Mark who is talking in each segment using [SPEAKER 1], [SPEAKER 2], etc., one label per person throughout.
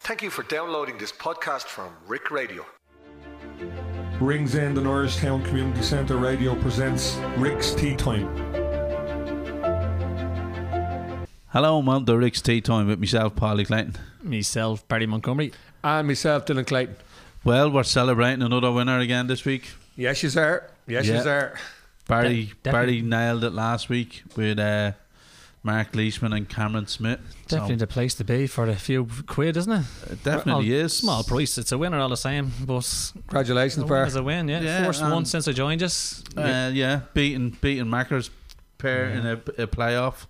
[SPEAKER 1] Thank you for downloading this podcast from Rick Radio.
[SPEAKER 2] Rings End and Irishtown Community Centre Radio presents Rick's Tea Time.
[SPEAKER 3] Hello, I'm on the Rick's Tea Time with myself, Polly Clayton.
[SPEAKER 4] myself, Paddy Montgomery.
[SPEAKER 2] And myself, Dylan Clayton.
[SPEAKER 3] Well, we're celebrating another winner again this week.
[SPEAKER 2] Yes, you sir. Yes, you
[SPEAKER 3] Yeah.
[SPEAKER 2] sir.
[SPEAKER 3] Barry
[SPEAKER 4] De- definitely.
[SPEAKER 3] Barry nailed it last week with uh, Mark Leishman and Cameron Smith. So,
[SPEAKER 4] Definitely the place to be for a few quid, isn't it?
[SPEAKER 3] it definitely
[SPEAKER 4] Well,
[SPEAKER 3] is
[SPEAKER 4] Small price. It's a winner all the same, but
[SPEAKER 2] Congratulations, Bar.
[SPEAKER 4] it's a win, yeah.
[SPEAKER 3] Yeah,
[SPEAKER 4] First
[SPEAKER 3] um,
[SPEAKER 4] one since I joined us.
[SPEAKER 3] Uh, yeah, beating beating Macker's pair in a, a playoff.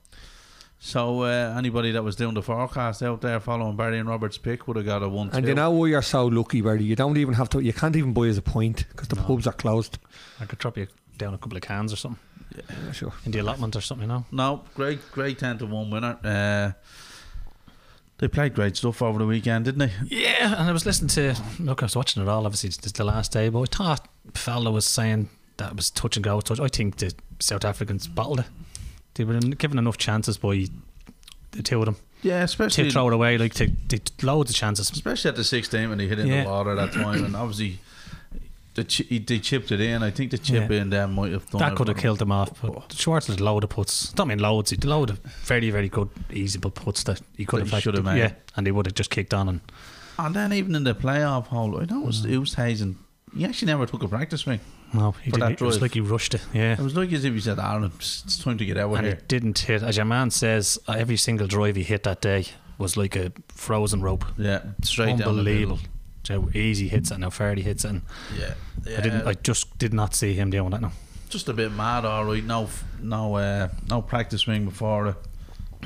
[SPEAKER 3] So uh, anybody that was doing the forecast out there following Barry and Robert's pick would have got a one.
[SPEAKER 2] And you know why you're so lucky, Barry? You don't even have to. You can't even buy us a point because the pubs are closed.
[SPEAKER 4] I could drop you down a couple of cans or something
[SPEAKER 2] Yeah, sure.
[SPEAKER 4] in the allotment or something, you know.
[SPEAKER 3] No, great, great ten to one winner. Uh, they played great stuff over the weekend, didn't they?
[SPEAKER 4] Yeah, and I was listening to look, I was watching it all. Obviously, it's the last day, but I thought fella was saying that it was touch and go. Touch. I think the South Africans bottled it. They were given enough chances by the two of them
[SPEAKER 3] Yeah, especially
[SPEAKER 4] to throw it away. Like to, they loads of chances.
[SPEAKER 3] especially at the 16 when he hit it in
[SPEAKER 4] Yeah.
[SPEAKER 3] the water that time and obviously the chi- he- they chipped it in I think the chip
[SPEAKER 4] Yeah.
[SPEAKER 3] in there might have done
[SPEAKER 4] That
[SPEAKER 3] it
[SPEAKER 4] could have
[SPEAKER 3] for
[SPEAKER 4] killed
[SPEAKER 3] them.
[SPEAKER 4] them off. But Schwartz had a load of puts. Don't mean loads. He had a load of very, very good, easy puts that he could
[SPEAKER 3] That
[SPEAKER 4] have
[SPEAKER 3] he should have
[SPEAKER 4] actually-
[SPEAKER 3] made.
[SPEAKER 4] Yeah, and he would have just kicked on and
[SPEAKER 3] and then even in the playoff hole I know it was, it was Hazen he actually never took a practice swing
[SPEAKER 4] no, he
[SPEAKER 3] For
[SPEAKER 4] didn't.
[SPEAKER 3] that
[SPEAKER 4] It was
[SPEAKER 3] drive.
[SPEAKER 4] like he rushed it. Yeah,
[SPEAKER 3] it was like as if he said Aaron it's it's time to get out of
[SPEAKER 4] and
[SPEAKER 3] here
[SPEAKER 4] it didn't hit. As your man says, uh, every single drive he hit that day was like a frozen rope.
[SPEAKER 3] yeah straight down the middle.
[SPEAKER 4] Unbelievable. So easy hits and how fair he hits it. And
[SPEAKER 3] yeah, yeah
[SPEAKER 4] I didn't. I just did not see him doing that. No,
[SPEAKER 3] just a bit mad alright no f- no uh, no practice swing before it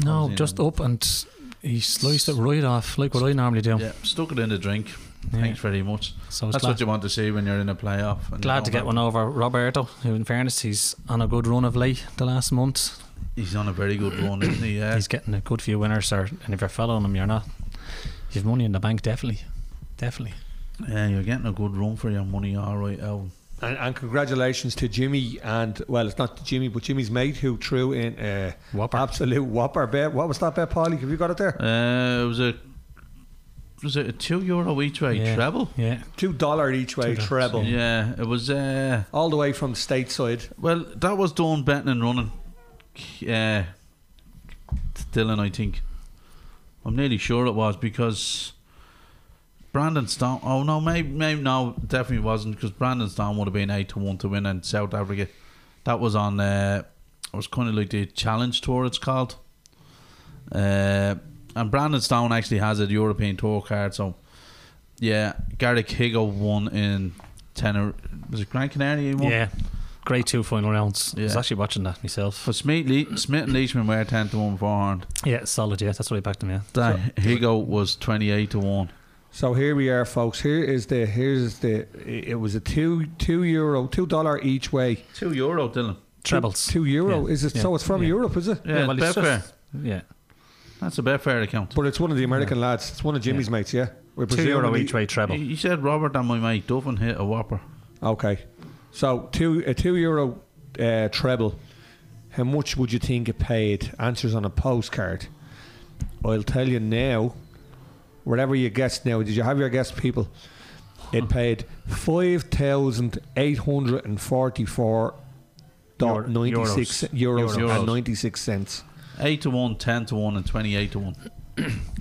[SPEAKER 4] no,
[SPEAKER 3] Obviously
[SPEAKER 4] just
[SPEAKER 3] not.
[SPEAKER 4] up and he sliced it right off like what I normally do.
[SPEAKER 3] yeah stuck it in the drink
[SPEAKER 4] Oh. Yeah.
[SPEAKER 3] thanks very much
[SPEAKER 4] So I was
[SPEAKER 3] that's
[SPEAKER 4] glad,
[SPEAKER 3] what you want to see when you're in a playoff and you
[SPEAKER 4] glad
[SPEAKER 3] don't
[SPEAKER 4] to get
[SPEAKER 3] have-
[SPEAKER 4] one over Roberto. Who, in fairness, he's on a good run of late the last month.
[SPEAKER 3] he's on a very good run isn't he yeah
[SPEAKER 4] He's getting a good few winners, or and if you're following him, you're not. You've money in the bank, definitely, definitely.
[SPEAKER 3] Yeah, you're getting a good run for your money, all right, Elvin.
[SPEAKER 2] And, and congratulations to Jimmy and well, it's not Jimmy, but Jimmy's mate who threw in a
[SPEAKER 4] Whopper.
[SPEAKER 2] absolute whopper bet. What was that bet, Polly? Have you got it there?
[SPEAKER 3] Uh, it was a was it a two euro each way
[SPEAKER 4] Yeah.
[SPEAKER 3] treble?
[SPEAKER 4] Yeah,
[SPEAKER 2] Two dollar each way
[SPEAKER 4] $2,
[SPEAKER 2] treble,
[SPEAKER 3] Yeah, it was. Uh,
[SPEAKER 2] all the way from the stateside.
[SPEAKER 3] well, that was Dawn betting and running. Uh, Dylan, I think. I'm nearly sure it was because Brandon Stone. Oh no, maybe, maybe no, definitely wasn't because Brandon Stone would have been eight to one to win in South Africa. That was on. Uh, it was kind of like the Challenge Tour. It's called. Uh, and Brandon Stone actually has a European Tour card, so yeah, Garrick Higo won in Tenor. Was it Gran Canaria? He won?
[SPEAKER 4] yeah. Great two final rounds. I was
[SPEAKER 3] Yeah.
[SPEAKER 4] actually watching that myself.
[SPEAKER 3] But Smith, Le- Smith and Leishman were ten to one beforehand.
[SPEAKER 4] Yeah, solid. Yeah, that's what he backed him. Yeah.
[SPEAKER 3] That Higo was twenty eight to one.
[SPEAKER 2] So here we are, folks. Here is the here's the. It was a two two euro two dollar each way.
[SPEAKER 3] Two euro, Dylan.
[SPEAKER 4] Trebles.
[SPEAKER 2] Two euro
[SPEAKER 4] Yeah,
[SPEAKER 2] is it?
[SPEAKER 4] yeah,
[SPEAKER 2] So it's from
[SPEAKER 4] yeah.
[SPEAKER 2] Europe, is it?
[SPEAKER 3] Yeah,
[SPEAKER 4] well, it's
[SPEAKER 3] Betfair.
[SPEAKER 4] just- yeah.
[SPEAKER 3] That's a Betfair account.
[SPEAKER 2] But it's one of the American lads. It's one of Jimmy's mates. Yeah, We're
[SPEAKER 4] Two euro
[SPEAKER 2] presumably-
[SPEAKER 4] each way treble.
[SPEAKER 3] You said Robert and my mate Duffin hit a whopper.
[SPEAKER 2] Okay, so two a two euro uh, treble. How much would you think it paid? Answers on a postcard. I'll tell you now. Whatever you guessed now, did you have your guess, people? It paid five thousand eight hundred and forty-four dot ninety six euros,
[SPEAKER 3] Euros.
[SPEAKER 2] and ninety six cents.
[SPEAKER 3] Eight to one, 10 to one, and twenty eight to one.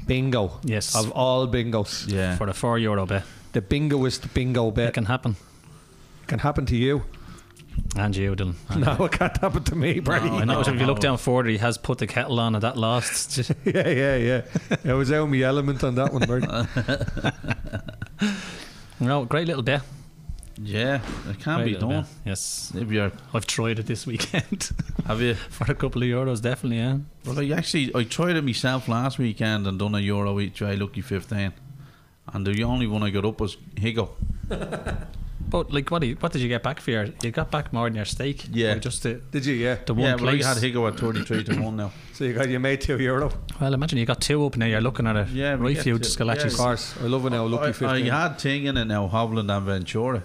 [SPEAKER 2] Bingo.
[SPEAKER 4] Yes.
[SPEAKER 2] Of all bingos,
[SPEAKER 3] Yeah.
[SPEAKER 4] For a four euro bet,
[SPEAKER 2] the bingoist bingo
[SPEAKER 4] it
[SPEAKER 2] bet
[SPEAKER 4] can happen.
[SPEAKER 2] can happen to you.
[SPEAKER 4] And you, Dylan.
[SPEAKER 2] No, it can't happen to me, Brady.
[SPEAKER 4] I
[SPEAKER 3] No,
[SPEAKER 4] know. if you look
[SPEAKER 3] no.
[SPEAKER 4] down forward, he has put the kettle on, and that lasts. Just-
[SPEAKER 2] yeah, yeah, yeah. I was out of my element on that one, Bertie.
[SPEAKER 3] Ah.
[SPEAKER 4] no, great little bet.
[SPEAKER 3] Yeah, it can
[SPEAKER 4] Great
[SPEAKER 3] be
[SPEAKER 4] little
[SPEAKER 3] done.
[SPEAKER 4] bet. Yes,
[SPEAKER 3] If you're,
[SPEAKER 4] I've tried it this weekend
[SPEAKER 3] have you?
[SPEAKER 4] for a couple of euros, definitely. Yeah.
[SPEAKER 3] Well, I actually I tried it myself last weekend and done a euro each way, lucky fifteen, and the only one I got up was Higo.
[SPEAKER 4] But like, what? Do you, what did you get back for your? You got back more than your stake.
[SPEAKER 3] Yeah.
[SPEAKER 4] Or just the,
[SPEAKER 2] Did you? Yeah.
[SPEAKER 4] the one
[SPEAKER 3] Yeah, well, I
[SPEAKER 4] place.
[SPEAKER 3] had Higo at thirty three to one now.
[SPEAKER 2] So you got your made two euro.
[SPEAKER 4] well, imagine you got two up now. You're looking at a
[SPEAKER 3] Yeah, we
[SPEAKER 4] right
[SPEAKER 3] get
[SPEAKER 4] few
[SPEAKER 3] two.
[SPEAKER 4] just
[SPEAKER 3] Yeah,
[SPEAKER 2] Of
[SPEAKER 4] galactic.
[SPEAKER 2] course, I love it now. Lucky
[SPEAKER 3] I, I
[SPEAKER 2] fifteen.
[SPEAKER 3] had Ting in it now, Hovland and Ventura.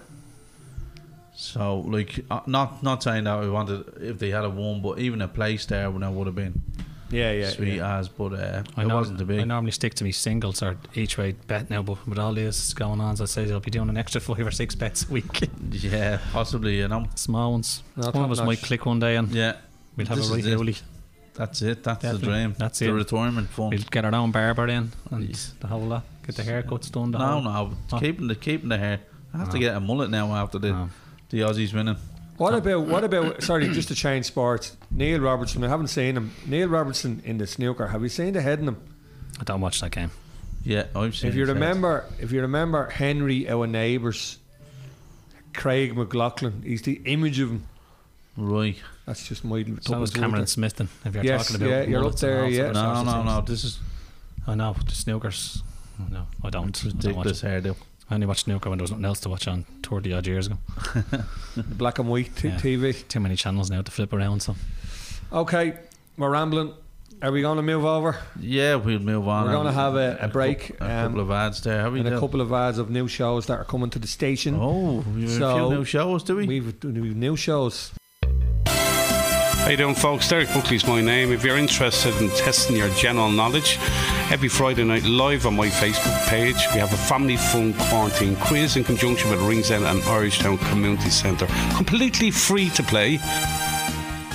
[SPEAKER 3] So like, uh, not not saying that I wanted if they had a one, but even a place there when I would have been
[SPEAKER 2] Yeah, yeah.
[SPEAKER 3] sweet
[SPEAKER 2] yeah.
[SPEAKER 3] as, but uh,
[SPEAKER 4] I,
[SPEAKER 3] it
[SPEAKER 4] norm-
[SPEAKER 3] wasn't a
[SPEAKER 4] I
[SPEAKER 3] big.
[SPEAKER 4] normally stick to me singles or each way bet now, but with all this going on, as I say, I'll be doing an extra five or six bets a week.
[SPEAKER 3] Yeah, possibly. You know.
[SPEAKER 4] Small ones.
[SPEAKER 2] No,
[SPEAKER 4] One of us
[SPEAKER 2] top-notch.
[SPEAKER 4] might click one day and
[SPEAKER 3] Yeah,
[SPEAKER 4] we'll have
[SPEAKER 3] This
[SPEAKER 4] a right
[SPEAKER 3] is it.
[SPEAKER 4] hoolie.
[SPEAKER 3] that's it. That's
[SPEAKER 4] Definitely.
[SPEAKER 3] the dream.
[SPEAKER 4] That's
[SPEAKER 3] the
[SPEAKER 4] it.
[SPEAKER 3] retirement fund.
[SPEAKER 4] We'll get our own barber in and
[SPEAKER 3] Yes.
[SPEAKER 4] the whole lot. Get the haircuts done. The
[SPEAKER 3] No,
[SPEAKER 4] whole,
[SPEAKER 3] no,
[SPEAKER 4] Oh.
[SPEAKER 3] keeping the keeping the hair. I have to
[SPEAKER 4] No.
[SPEAKER 3] get a mullet now after the
[SPEAKER 4] No.
[SPEAKER 3] the Aussies winning.
[SPEAKER 2] What about what about? Sorry, just to change sports. Neil Robertson. I haven't seen him. Neil Robertson in the snooker. Have you seen the head in him?
[SPEAKER 4] I don't watch that game.
[SPEAKER 3] Yeah, I've seen.
[SPEAKER 2] If you
[SPEAKER 3] his head.
[SPEAKER 2] remember, if you remember Henry, our neighbours, Craig McLaughlin. He's the image of him.
[SPEAKER 3] right?
[SPEAKER 2] That's just my.
[SPEAKER 4] So was Cameron Smith then, if you're
[SPEAKER 2] Yes,
[SPEAKER 4] talking about
[SPEAKER 2] yeah, you're up
[SPEAKER 4] mullets and
[SPEAKER 2] there,
[SPEAKER 4] all
[SPEAKER 2] yeah.
[SPEAKER 4] sorts of
[SPEAKER 3] No,
[SPEAKER 4] sorts
[SPEAKER 3] no,
[SPEAKER 4] of
[SPEAKER 3] no.
[SPEAKER 4] things.
[SPEAKER 3] This is
[SPEAKER 4] I know, the snookers. oh, No, I don't.
[SPEAKER 3] it's
[SPEAKER 4] I, don't watch
[SPEAKER 3] ridiculous
[SPEAKER 4] it.
[SPEAKER 3] hairdo.
[SPEAKER 4] I only watched snooker when there was nothing else to watch on 30 odd years ago.
[SPEAKER 2] Black and white t-
[SPEAKER 4] Yeah.
[SPEAKER 2] TV.
[SPEAKER 4] Too many channels now to flip around, so.
[SPEAKER 2] Okay, we're rambling. Are we going to move over?
[SPEAKER 3] Yeah, we'll move on.
[SPEAKER 2] We're gonna
[SPEAKER 3] And
[SPEAKER 2] have a- a
[SPEAKER 3] cou-
[SPEAKER 2] break,
[SPEAKER 3] a
[SPEAKER 2] um,
[SPEAKER 3] couple of ads there. Have we?
[SPEAKER 2] And a
[SPEAKER 3] Del?
[SPEAKER 2] couple of ads of new shows that are coming to the station.
[SPEAKER 3] Oh, we have a
[SPEAKER 2] So,
[SPEAKER 3] few new shows, do we?
[SPEAKER 2] We've, we've new shows.
[SPEAKER 5] How you doing, folks? Derek Buckley's my name. If you're interested in testing your general knowledge, every Friday night live on my Facebook page, we have a family fun quarantine quiz in conjunction with Ringsend and Irish Town Community Centre. Completely free to play.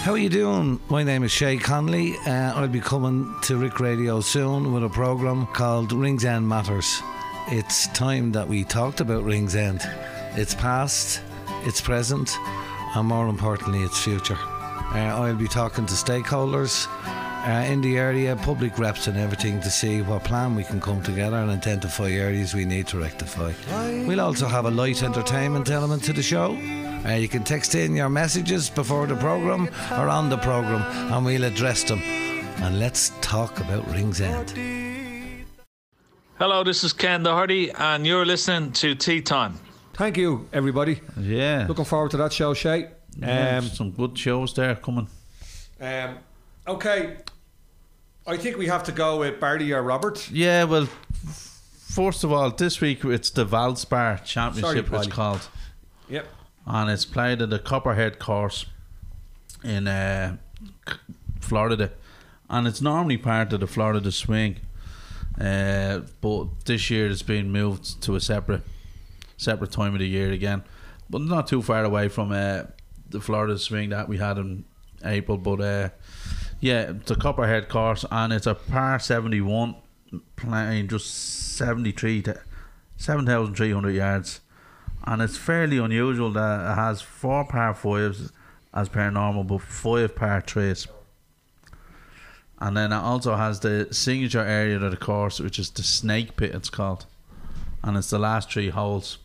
[SPEAKER 6] How are you doing? My name is Shay Conley. Uh, I'll be coming to Rick Radio soon with a program called Rings End Matters. It's time that we talked about Rings End. It's past, it's present, and more importantly, it's future. Uh, I'll be talking to stakeholders uh, in the area, public reps, and everything to see what plan we can come together and identify areas we need to rectify. We'll also have a light entertainment element to the show. Uh, you can text in your messages before the program or on the program, and we'll address them. And let's talk about Rings End.
[SPEAKER 7] Hello, this is Ken Doherty, and you're listening to Tea Time.
[SPEAKER 2] Thank you, everybody.
[SPEAKER 3] Yeah.
[SPEAKER 2] Looking forward to that show, Shay.
[SPEAKER 3] Yeah,
[SPEAKER 2] Um,
[SPEAKER 3] some good shows there coming.
[SPEAKER 2] um, okay, I think we have to go with Barty or Robert.
[SPEAKER 3] Yeah, well, f- first of all, this week it's the Valspar Championship.
[SPEAKER 2] Sorry,
[SPEAKER 3] it's
[SPEAKER 2] Polly.
[SPEAKER 3] called.
[SPEAKER 2] Yep.
[SPEAKER 3] and it's played at the Copperhead course in uh, C- Florida, and it's normally part of the Florida swing, uh, but this year it's been moved to a separate separate time of the year again, but not too far away from uh, the Florida swing that we had in April. But uh, yeah, the Copperhead course, and it's a par seventy one, playing just seventy three to seven thousand three hundred yards and it's fairly unusual that it has four par fives as per normal, but five par threes. And then it also has the signature area of the course, which is the snake pit. It's called, and it's the last three holes,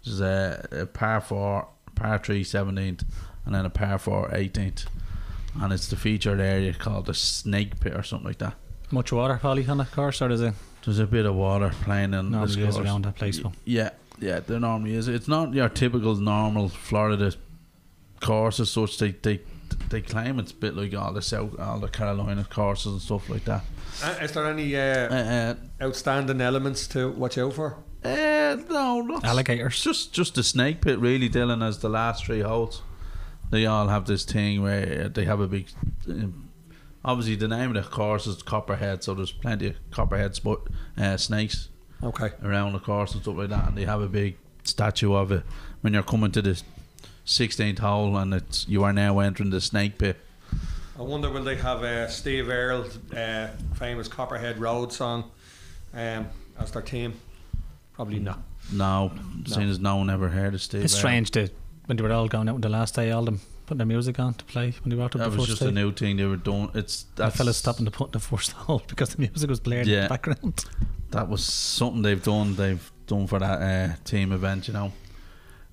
[SPEAKER 3] which is a, a par four, par three seventeenth, and then a par four eighteenth, and it's the featured area called the snake pit or something like that.
[SPEAKER 4] Much water, probably, on that course, or is it?
[SPEAKER 3] There's a bit of water playing in
[SPEAKER 4] No,
[SPEAKER 3] this
[SPEAKER 4] it is
[SPEAKER 3] course.
[SPEAKER 4] around that place,
[SPEAKER 3] Y-
[SPEAKER 4] though.
[SPEAKER 3] Yeah, yeah, there normally is. It's not your typical normal Florida course as such. They they they claim it's a bit like all the South, all the Carolina courses and stuff like that.
[SPEAKER 2] Uh, is there any uh,
[SPEAKER 3] Uh,
[SPEAKER 2] outstanding elements to watch out for?
[SPEAKER 3] uh, uh, no, not
[SPEAKER 4] Alligators.
[SPEAKER 3] Just just the snake pit really, Dylan, as the last three holes. They all have this thing where uh, they have a big. Um, obviously, the name of the course is Copperhead, so there's plenty of Copperhead spot, uh, snakes
[SPEAKER 2] Okay.
[SPEAKER 3] around the course and stuff like that, and they have a big statue of it when you're coming to the 16th hole, and it's you are now entering the snake pit.
[SPEAKER 2] I wonder will they have uh, Steve Earle's uh, famous Copperhead Road song um, as their team? Probably not.
[SPEAKER 3] No, seeing as no one ever heard of Steve.
[SPEAKER 4] It's
[SPEAKER 3] Earle.
[SPEAKER 4] strange to, when they were all going out on the last day, all them putting their music on to play when they walked up
[SPEAKER 3] That
[SPEAKER 4] the
[SPEAKER 3] was
[SPEAKER 4] first
[SPEAKER 3] just
[SPEAKER 4] day.
[SPEAKER 3] a new thing they were doing. It's
[SPEAKER 4] the
[SPEAKER 3] that
[SPEAKER 4] fella stopping to put in the first hole because the music was blaring in
[SPEAKER 3] Yeah.
[SPEAKER 4] the background.
[SPEAKER 3] That was something they've done. They've done for that uh, team event, you know.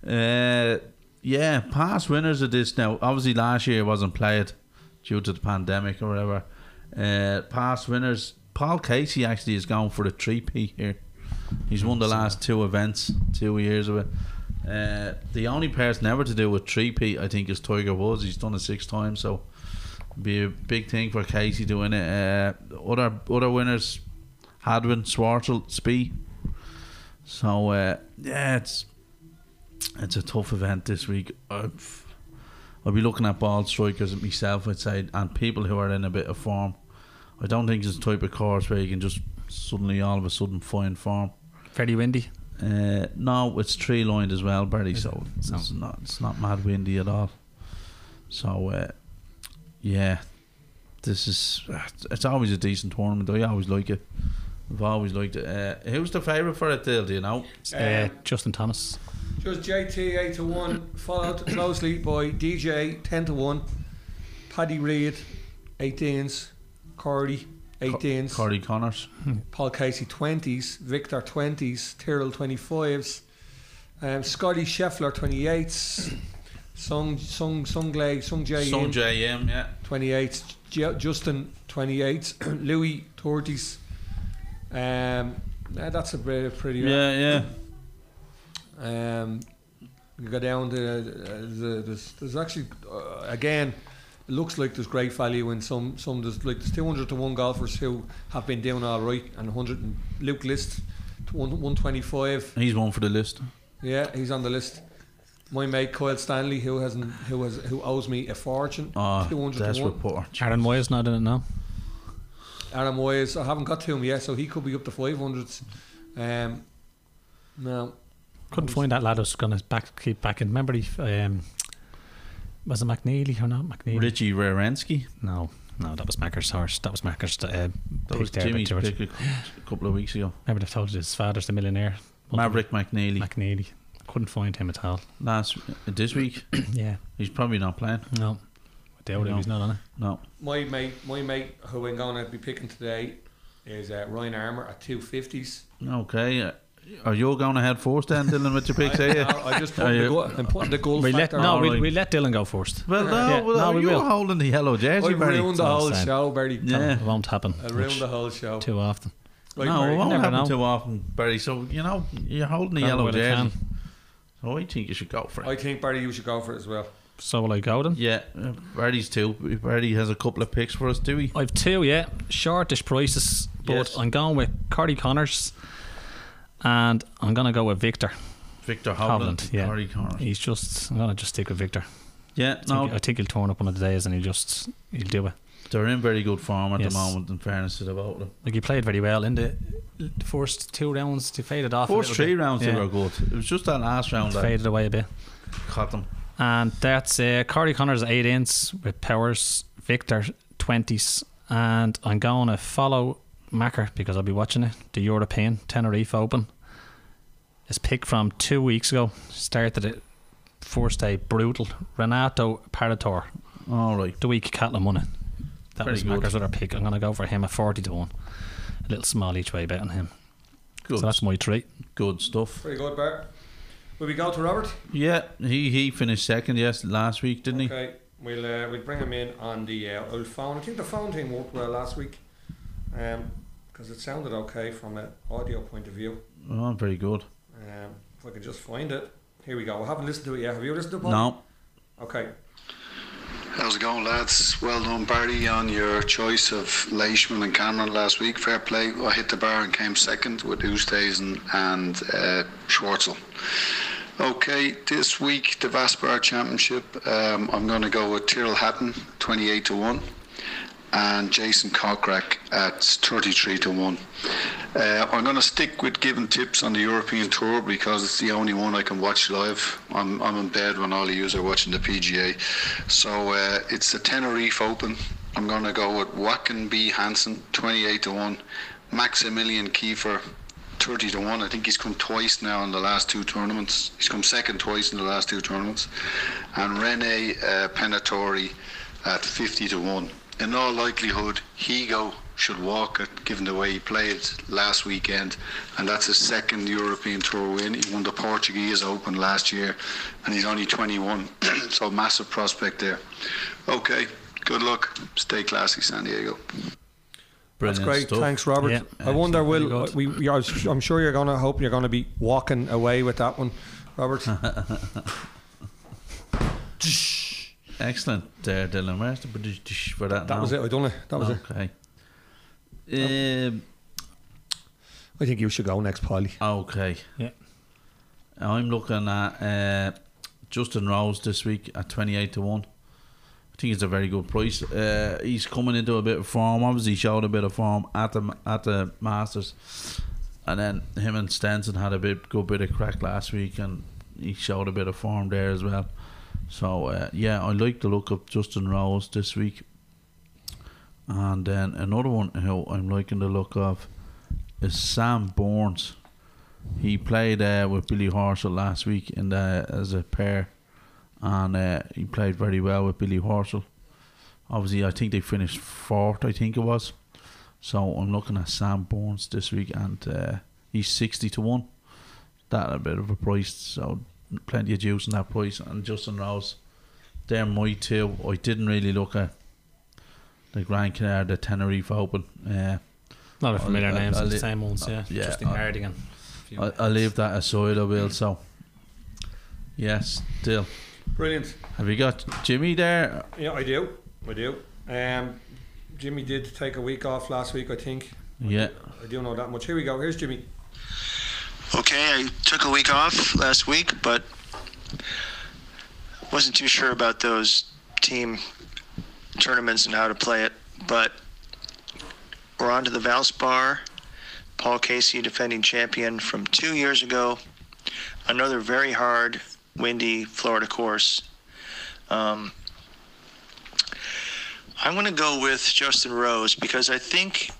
[SPEAKER 3] Uh, yeah, past winners of this now. Obviously, last year it wasn't played due to the pandemic or whatever. Uh, past winners. Paul Casey actually is going for the three P here. He's won the last two events, two years of it. Uh, the only person ever to do a three P, I think, is Tiger Woods. He's done it six times, so be a big thing for Casey doing it. Uh, other other winners, Hadwin, Swartle, Spee. So uh, yeah, it's it's a tough event this week. I've, I'll be looking at ball strikers myself, I'd say, and people who are in a bit of form. I don't think it's the type of course where you can just suddenly all of a sudden find form.
[SPEAKER 4] Very windy.
[SPEAKER 3] Uh, no, it's tree lined as well, Barry. So it's not it's not mad windy at all. So uh, yeah, this is uh, it's always a decent tournament. I always like it. I've always liked it. Uh, who's the favourite for it, Dale? Do you know?
[SPEAKER 4] Uh, Justin Thomas.
[SPEAKER 2] Just JT 8 to 1, followed closely by DJ 10 to 1, Paddy Reid 18s, Cordy 18s,
[SPEAKER 3] Corey Connors.
[SPEAKER 2] Paul Casey 20s, Victor 20s, Tyrrell 25s, um, Scotty Scheffler 28s, Sung Sung Sunglay Sung Jae
[SPEAKER 3] Song
[SPEAKER 2] Im,
[SPEAKER 3] JM, yeah.
[SPEAKER 2] 28s, Ju- Justin 28s, Louis 30s. Um, yeah, that's a pretty, pretty
[SPEAKER 3] Yeah, yeah.
[SPEAKER 2] um, you go down to uh, the, there's, there's actually uh, again, it looks like there's great value in some some there's like there's 200 to one golfers who have been doing all right and 100 and Luke List to one, 125.
[SPEAKER 3] He's one for the list.
[SPEAKER 2] Yeah, he's on the list. My mate Kyle Stanley, who hasn't who has who owes me a fortune,
[SPEAKER 3] Oh,
[SPEAKER 2] 200
[SPEAKER 3] that's
[SPEAKER 2] to one.
[SPEAKER 3] report.
[SPEAKER 4] Aaron Moyer's not in it now.
[SPEAKER 2] Adam Wise, I haven't got to him yet, so he could be up to 500s. Um, no,
[SPEAKER 4] Couldn't find that lad who's going to back, keep backing. Remember, he, um, was it McNeely or not? McNeely?
[SPEAKER 3] Richie Rarensky.
[SPEAKER 4] No, no, that was Macker's horse. That was Macker's uh,
[SPEAKER 3] That
[SPEAKER 4] pick
[SPEAKER 3] was
[SPEAKER 4] there,
[SPEAKER 3] Jimmy's
[SPEAKER 4] George.
[SPEAKER 3] pick a, cou- a couple of weeks ago.
[SPEAKER 4] Remember, they told you his father's the millionaire.
[SPEAKER 3] Maverick McNeely.
[SPEAKER 4] McNeely. Couldn't find him at all.
[SPEAKER 3] Last uh, this week,
[SPEAKER 4] yeah,
[SPEAKER 3] he's probably not playing.
[SPEAKER 4] no. I doubt it.
[SPEAKER 3] No.
[SPEAKER 4] He's not on it.
[SPEAKER 3] No,
[SPEAKER 2] my mate, my mate, who I'm gonna be picking today is uh, Ryan Armour at two fifties.
[SPEAKER 3] okay. uh, Are you going ahead first then, Dylan, with your picks? Are you?
[SPEAKER 2] I just put
[SPEAKER 3] Are
[SPEAKER 2] the
[SPEAKER 3] you-
[SPEAKER 2] goal, I'm putting the goal
[SPEAKER 4] We let,
[SPEAKER 2] factor.
[SPEAKER 4] no,
[SPEAKER 2] on.
[SPEAKER 4] we,
[SPEAKER 3] Alright.
[SPEAKER 4] we let Dylan go first.
[SPEAKER 3] Well, no,
[SPEAKER 4] Yeah,
[SPEAKER 3] well,
[SPEAKER 4] no, we
[SPEAKER 3] you're
[SPEAKER 4] will.
[SPEAKER 3] holding the yellow
[SPEAKER 2] I
[SPEAKER 3] jersey, Barry.
[SPEAKER 2] ruined the
[SPEAKER 4] It's
[SPEAKER 2] whole
[SPEAKER 4] outside.
[SPEAKER 2] show, Barry.
[SPEAKER 4] No,
[SPEAKER 3] Yeah.
[SPEAKER 4] it won't happen.
[SPEAKER 2] I
[SPEAKER 4] which
[SPEAKER 2] ruined the whole show.
[SPEAKER 4] Too often.
[SPEAKER 2] Right,
[SPEAKER 3] no,
[SPEAKER 2] Barry?
[SPEAKER 3] it won't
[SPEAKER 4] Never
[SPEAKER 3] happen
[SPEAKER 4] know.
[SPEAKER 3] too often, Barry. So you know you're holding the
[SPEAKER 4] Don't
[SPEAKER 3] yellow
[SPEAKER 4] know whether
[SPEAKER 3] jersey.
[SPEAKER 4] it
[SPEAKER 3] So I think you should go for it.
[SPEAKER 2] I think Barry, you should go for it as well.
[SPEAKER 4] So will I go then?
[SPEAKER 3] yeah, uh, Barry's too. Barry has a couple of picks for us, do we?
[SPEAKER 4] I've two, yeah. Shortish prices, but
[SPEAKER 3] Yes.
[SPEAKER 4] I'm going with Cardi Connors and I'm going to go with Victor
[SPEAKER 3] Victor Hovland,
[SPEAKER 4] Hovland. Yeah.
[SPEAKER 3] Corey Connors.
[SPEAKER 4] He's just, I'm going to just stick with Victor.
[SPEAKER 3] Yeah,
[SPEAKER 4] I
[SPEAKER 3] no,
[SPEAKER 4] think, I think he'll turn up one of the days and he'll just, he'll do it.
[SPEAKER 3] they're in very good form at
[SPEAKER 4] Yes.
[SPEAKER 3] the moment. In fairness to the both of them,
[SPEAKER 4] Like he played very well in the first two rounds, he faded off. a
[SPEAKER 3] first
[SPEAKER 4] little
[SPEAKER 3] three
[SPEAKER 4] bit.
[SPEAKER 3] rounds
[SPEAKER 4] Yeah.
[SPEAKER 3] they were good. It was just that last round that
[SPEAKER 4] Faded away a bit.
[SPEAKER 3] caught them.
[SPEAKER 4] And that's uh, Corey Connors 8 inch with Powers, Victor 20s. And I'm going to follow Macker because I'll be watching it. The European Tenerife Open. His pick from two weeks ago started it first day brutal. Renato Paratore,
[SPEAKER 3] All right.
[SPEAKER 4] the week Catlin won it. That
[SPEAKER 3] Very
[SPEAKER 4] was
[SPEAKER 3] good.
[SPEAKER 4] Macker's other pick. I'm going to go for him at 40 to 1. A little small each way bet on him.
[SPEAKER 3] Good,
[SPEAKER 4] So that's my treat.
[SPEAKER 3] good stuff.
[SPEAKER 2] Pretty good, Barry. Will we go to Robert?
[SPEAKER 3] Yeah, he he finished second yes last week, didn't he?
[SPEAKER 2] Okay, we'll uh, we'll bring him in on the uh, old phone. I think the phone thing worked well last week, um, because it sounded okay from an audio point of view.
[SPEAKER 3] Oh, very good.
[SPEAKER 2] Um, if I can just find it. Here we go. I haven't listened to it yet. Have you listened to it? Paul?
[SPEAKER 3] No,
[SPEAKER 2] Okay.
[SPEAKER 8] How's it going, lads? Well done, Barry, on your choice of Leishman and Cameron last week. Fair play. I hit the bar and came second with Oosthuizen and uh, Schwartzel. Okay, this week, the Vasbar Championship, um, I'm going to go with Tyrrell Hatton, 28 to 1, and Jason Cockrack at 33 to 1. Uh, I'm going to stick with giving tips on the European Tour because it's the only one I can watch live. I'm, I'm in bed when all the yous are watching the PGA. So uh, it's the Tenerife Open. I'm going to go with Wacken B. Hansen, 28 to 1, Maximilian Kiefer, 30 to 1. I think he's come twice now in the last two tournaments. He's come second twice in the last two tournaments. And Rene uh, Penatori at 50 to 1. In all likelihood, Higo should walk it, given the way he played last weekend. And that's his second European Tour win. He won the Portuguese Open last year, and he's only 21. so, massive prospect there. Okay, good luck. Stay classy, San Diego.
[SPEAKER 3] brilliant
[SPEAKER 2] That's great.
[SPEAKER 3] stuff.
[SPEAKER 2] Thanks, Robert.
[SPEAKER 4] Yeah.
[SPEAKER 2] I wonder, will
[SPEAKER 4] Excellent.
[SPEAKER 2] we, we are, I'm sure you're going to hope you're going to be walking away with that one, Robert.
[SPEAKER 3] Excellent, there, Dylan. Where's the British for that?
[SPEAKER 2] That
[SPEAKER 3] now?
[SPEAKER 2] was it. I done it. That was it.
[SPEAKER 3] Okay. Um,
[SPEAKER 2] I think you should go next, Polly.
[SPEAKER 3] okay.
[SPEAKER 4] Yeah.
[SPEAKER 3] I'm looking at uh, Justin Rose this week at twenty eight to one. think it's a very good price. Uh, he's coming into a bit of form. Obviously, showed a bit of form at the at the Masters, and then him and Stenson had a bit good bit of crack last week, and he showed a bit of form there as well. So uh, yeah, I like the look of Justin Rose this week. And then another one who I'm liking the look of is Sam Bournes. He played uh, with Billy Horschel last week in the, as a pair, and uh, he played very well with Billy Horschel. Obviously, I think they finished fourth. I think it was. So I'm looking at Sam Bournes this week, and uh, he's sixty to one. That a bit of a price, so plenty of juice in that price. And Justin Rose, they're my two. I didn't really look at the Grand Canard, the Tenerife Open. Uh,
[SPEAKER 4] Not a familiar
[SPEAKER 3] I'll-
[SPEAKER 4] names,
[SPEAKER 3] I'll
[SPEAKER 4] it's the
[SPEAKER 3] li-
[SPEAKER 4] same ones,
[SPEAKER 3] I'll-
[SPEAKER 4] yeah.
[SPEAKER 3] yeah,
[SPEAKER 4] Justin
[SPEAKER 3] I'll-
[SPEAKER 4] Hardigan.
[SPEAKER 3] I, I leave that aside, I will. So, yes, still.
[SPEAKER 2] Brilliant.
[SPEAKER 3] Have you got Jimmy there?
[SPEAKER 2] Yeah, I do. I do. Um, Jimmy did take a week off last week, I think.
[SPEAKER 3] Yeah.
[SPEAKER 2] I do know that much. Here we go. Here's Jimmy.
[SPEAKER 9] Okay, I took a week off last week, but wasn't too sure about those team tournaments and how to play it. But we're on to the Valspar. Paul Casey, defending champion from two years ago. Another very hard, windy Florida course. Um, I'm going to go with Justin Rose because I think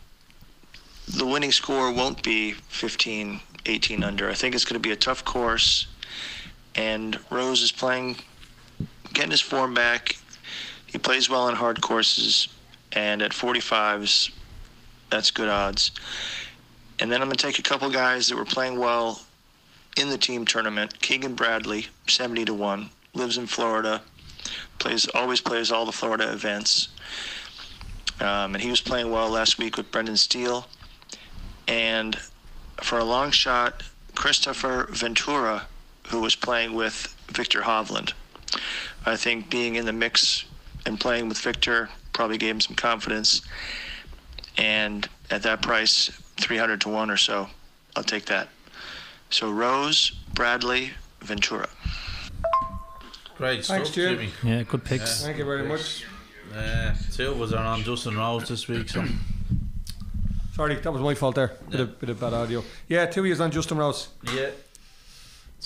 [SPEAKER 9] the winning score won't be 15, 18 under. I think it's going to be a tough course. And Rose is playing, getting his form back. He plays well on hard courses. And at 45s, that's good odds. And then I'm going to take a couple guys that were playing well in the team tournament. Keegan Bradley, 70 to 1, lives in Florida, plays always plays all the Florida events. Um, and he was playing well last week with Brendan Steele and for a long shot, Christopher Ventura, who was playing with Victor Hovland. I think being in the mix and playing with Victor probably gave him some confidence. And at that price, 300 to 1 or so, I'll take that. So Rose, Bradley, Ventura.
[SPEAKER 3] Great
[SPEAKER 2] Thanks,
[SPEAKER 3] stuff,
[SPEAKER 2] Jim.
[SPEAKER 3] Jimmy.
[SPEAKER 4] Yeah, good picks.
[SPEAKER 2] Thank you very much.
[SPEAKER 3] Uh, two was are on Justin Rose this week, so
[SPEAKER 2] Sorry, that was my fault there. Bit, of, bit of bad audio. Yeah, two years on Justin Rose.
[SPEAKER 3] yeah.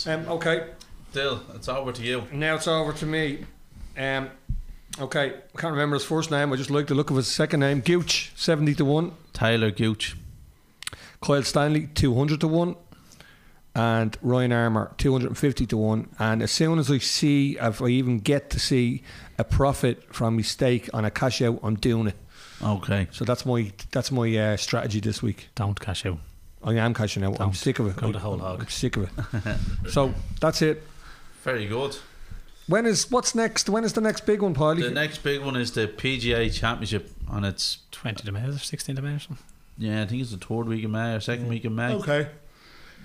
[SPEAKER 2] Um, okay,
[SPEAKER 3] Still, it's over to you.
[SPEAKER 2] now it's over to me. Um, okay, I can't remember his first name. I just like the look of his second name. Gooch, 70 to 1.
[SPEAKER 3] Tyler Gooch.
[SPEAKER 2] Kyle Stanley, 200 to 1. And Ryan Armour, 250 to 1. And as soon as I see, if I even get to see a profit from my stake on a cash out, I'm doing it.
[SPEAKER 3] Okay.
[SPEAKER 2] So that's my that's my uh, strategy this week.
[SPEAKER 4] Don't cash out.
[SPEAKER 2] I am cashing out. I'm
[SPEAKER 4] Don't.
[SPEAKER 2] sick of it.
[SPEAKER 4] Go the whole hog.
[SPEAKER 2] I'm sick of it. so that's it.
[SPEAKER 3] Very good.
[SPEAKER 2] When is what's next? When is the next big one,
[SPEAKER 3] The
[SPEAKER 2] Paulie?
[SPEAKER 3] next big one is the PGA Championship, and it's
[SPEAKER 4] 20 to May, or 16 to May or something.
[SPEAKER 3] yeah, I think it's the third week of May or second week of May.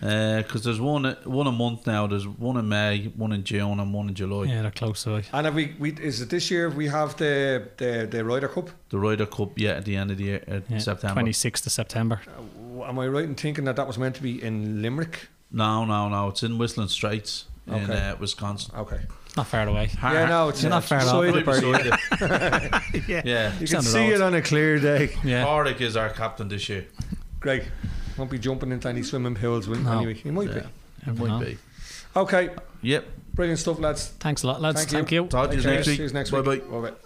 [SPEAKER 3] Because there's one one a month now. There's one in May, one in June, and one in July.
[SPEAKER 4] Yeah, they're close, so I-
[SPEAKER 2] And have we, we is it this year we have the the, the Ryder Cup?
[SPEAKER 3] The Ryder Cup, yeah, at the end of the year, uh,
[SPEAKER 4] yeah,
[SPEAKER 3] September.
[SPEAKER 4] 26th of September.
[SPEAKER 2] Am I right in thinking that that was meant to be in Limerick?
[SPEAKER 3] No, no, no. It's in Whistling Straits in
[SPEAKER 2] Okay.
[SPEAKER 3] uh, Wisconsin.
[SPEAKER 2] Okay.
[SPEAKER 4] Not far away.
[SPEAKER 2] Yeah, no, it's
[SPEAKER 4] You're not fair
[SPEAKER 2] it's
[SPEAKER 4] off.
[SPEAKER 2] beside
[SPEAKER 3] Right
[SPEAKER 2] the Bernie.
[SPEAKER 3] beside it. yeah.
[SPEAKER 2] You
[SPEAKER 4] It's
[SPEAKER 2] can
[SPEAKER 4] on the
[SPEAKER 2] see
[SPEAKER 4] road.
[SPEAKER 2] it on a clear day.
[SPEAKER 4] Yeah.
[SPEAKER 3] Hardick is our captain this year.
[SPEAKER 2] Greg won't be jumping into any swimming pools, will
[SPEAKER 4] No.
[SPEAKER 2] anyway. He might be.
[SPEAKER 3] Yeah.
[SPEAKER 4] every now.
[SPEAKER 3] Might be.
[SPEAKER 2] Okay,
[SPEAKER 3] Yep.
[SPEAKER 2] brilliant stuff, lads.
[SPEAKER 4] Thanks a lot, lads.
[SPEAKER 2] Thank you.
[SPEAKER 4] Thank you.
[SPEAKER 3] Talk to you
[SPEAKER 2] Cheers.
[SPEAKER 3] next week.
[SPEAKER 2] See you next
[SPEAKER 3] Bye
[SPEAKER 2] week.
[SPEAKER 3] bye.
[SPEAKER 2] Bye bye.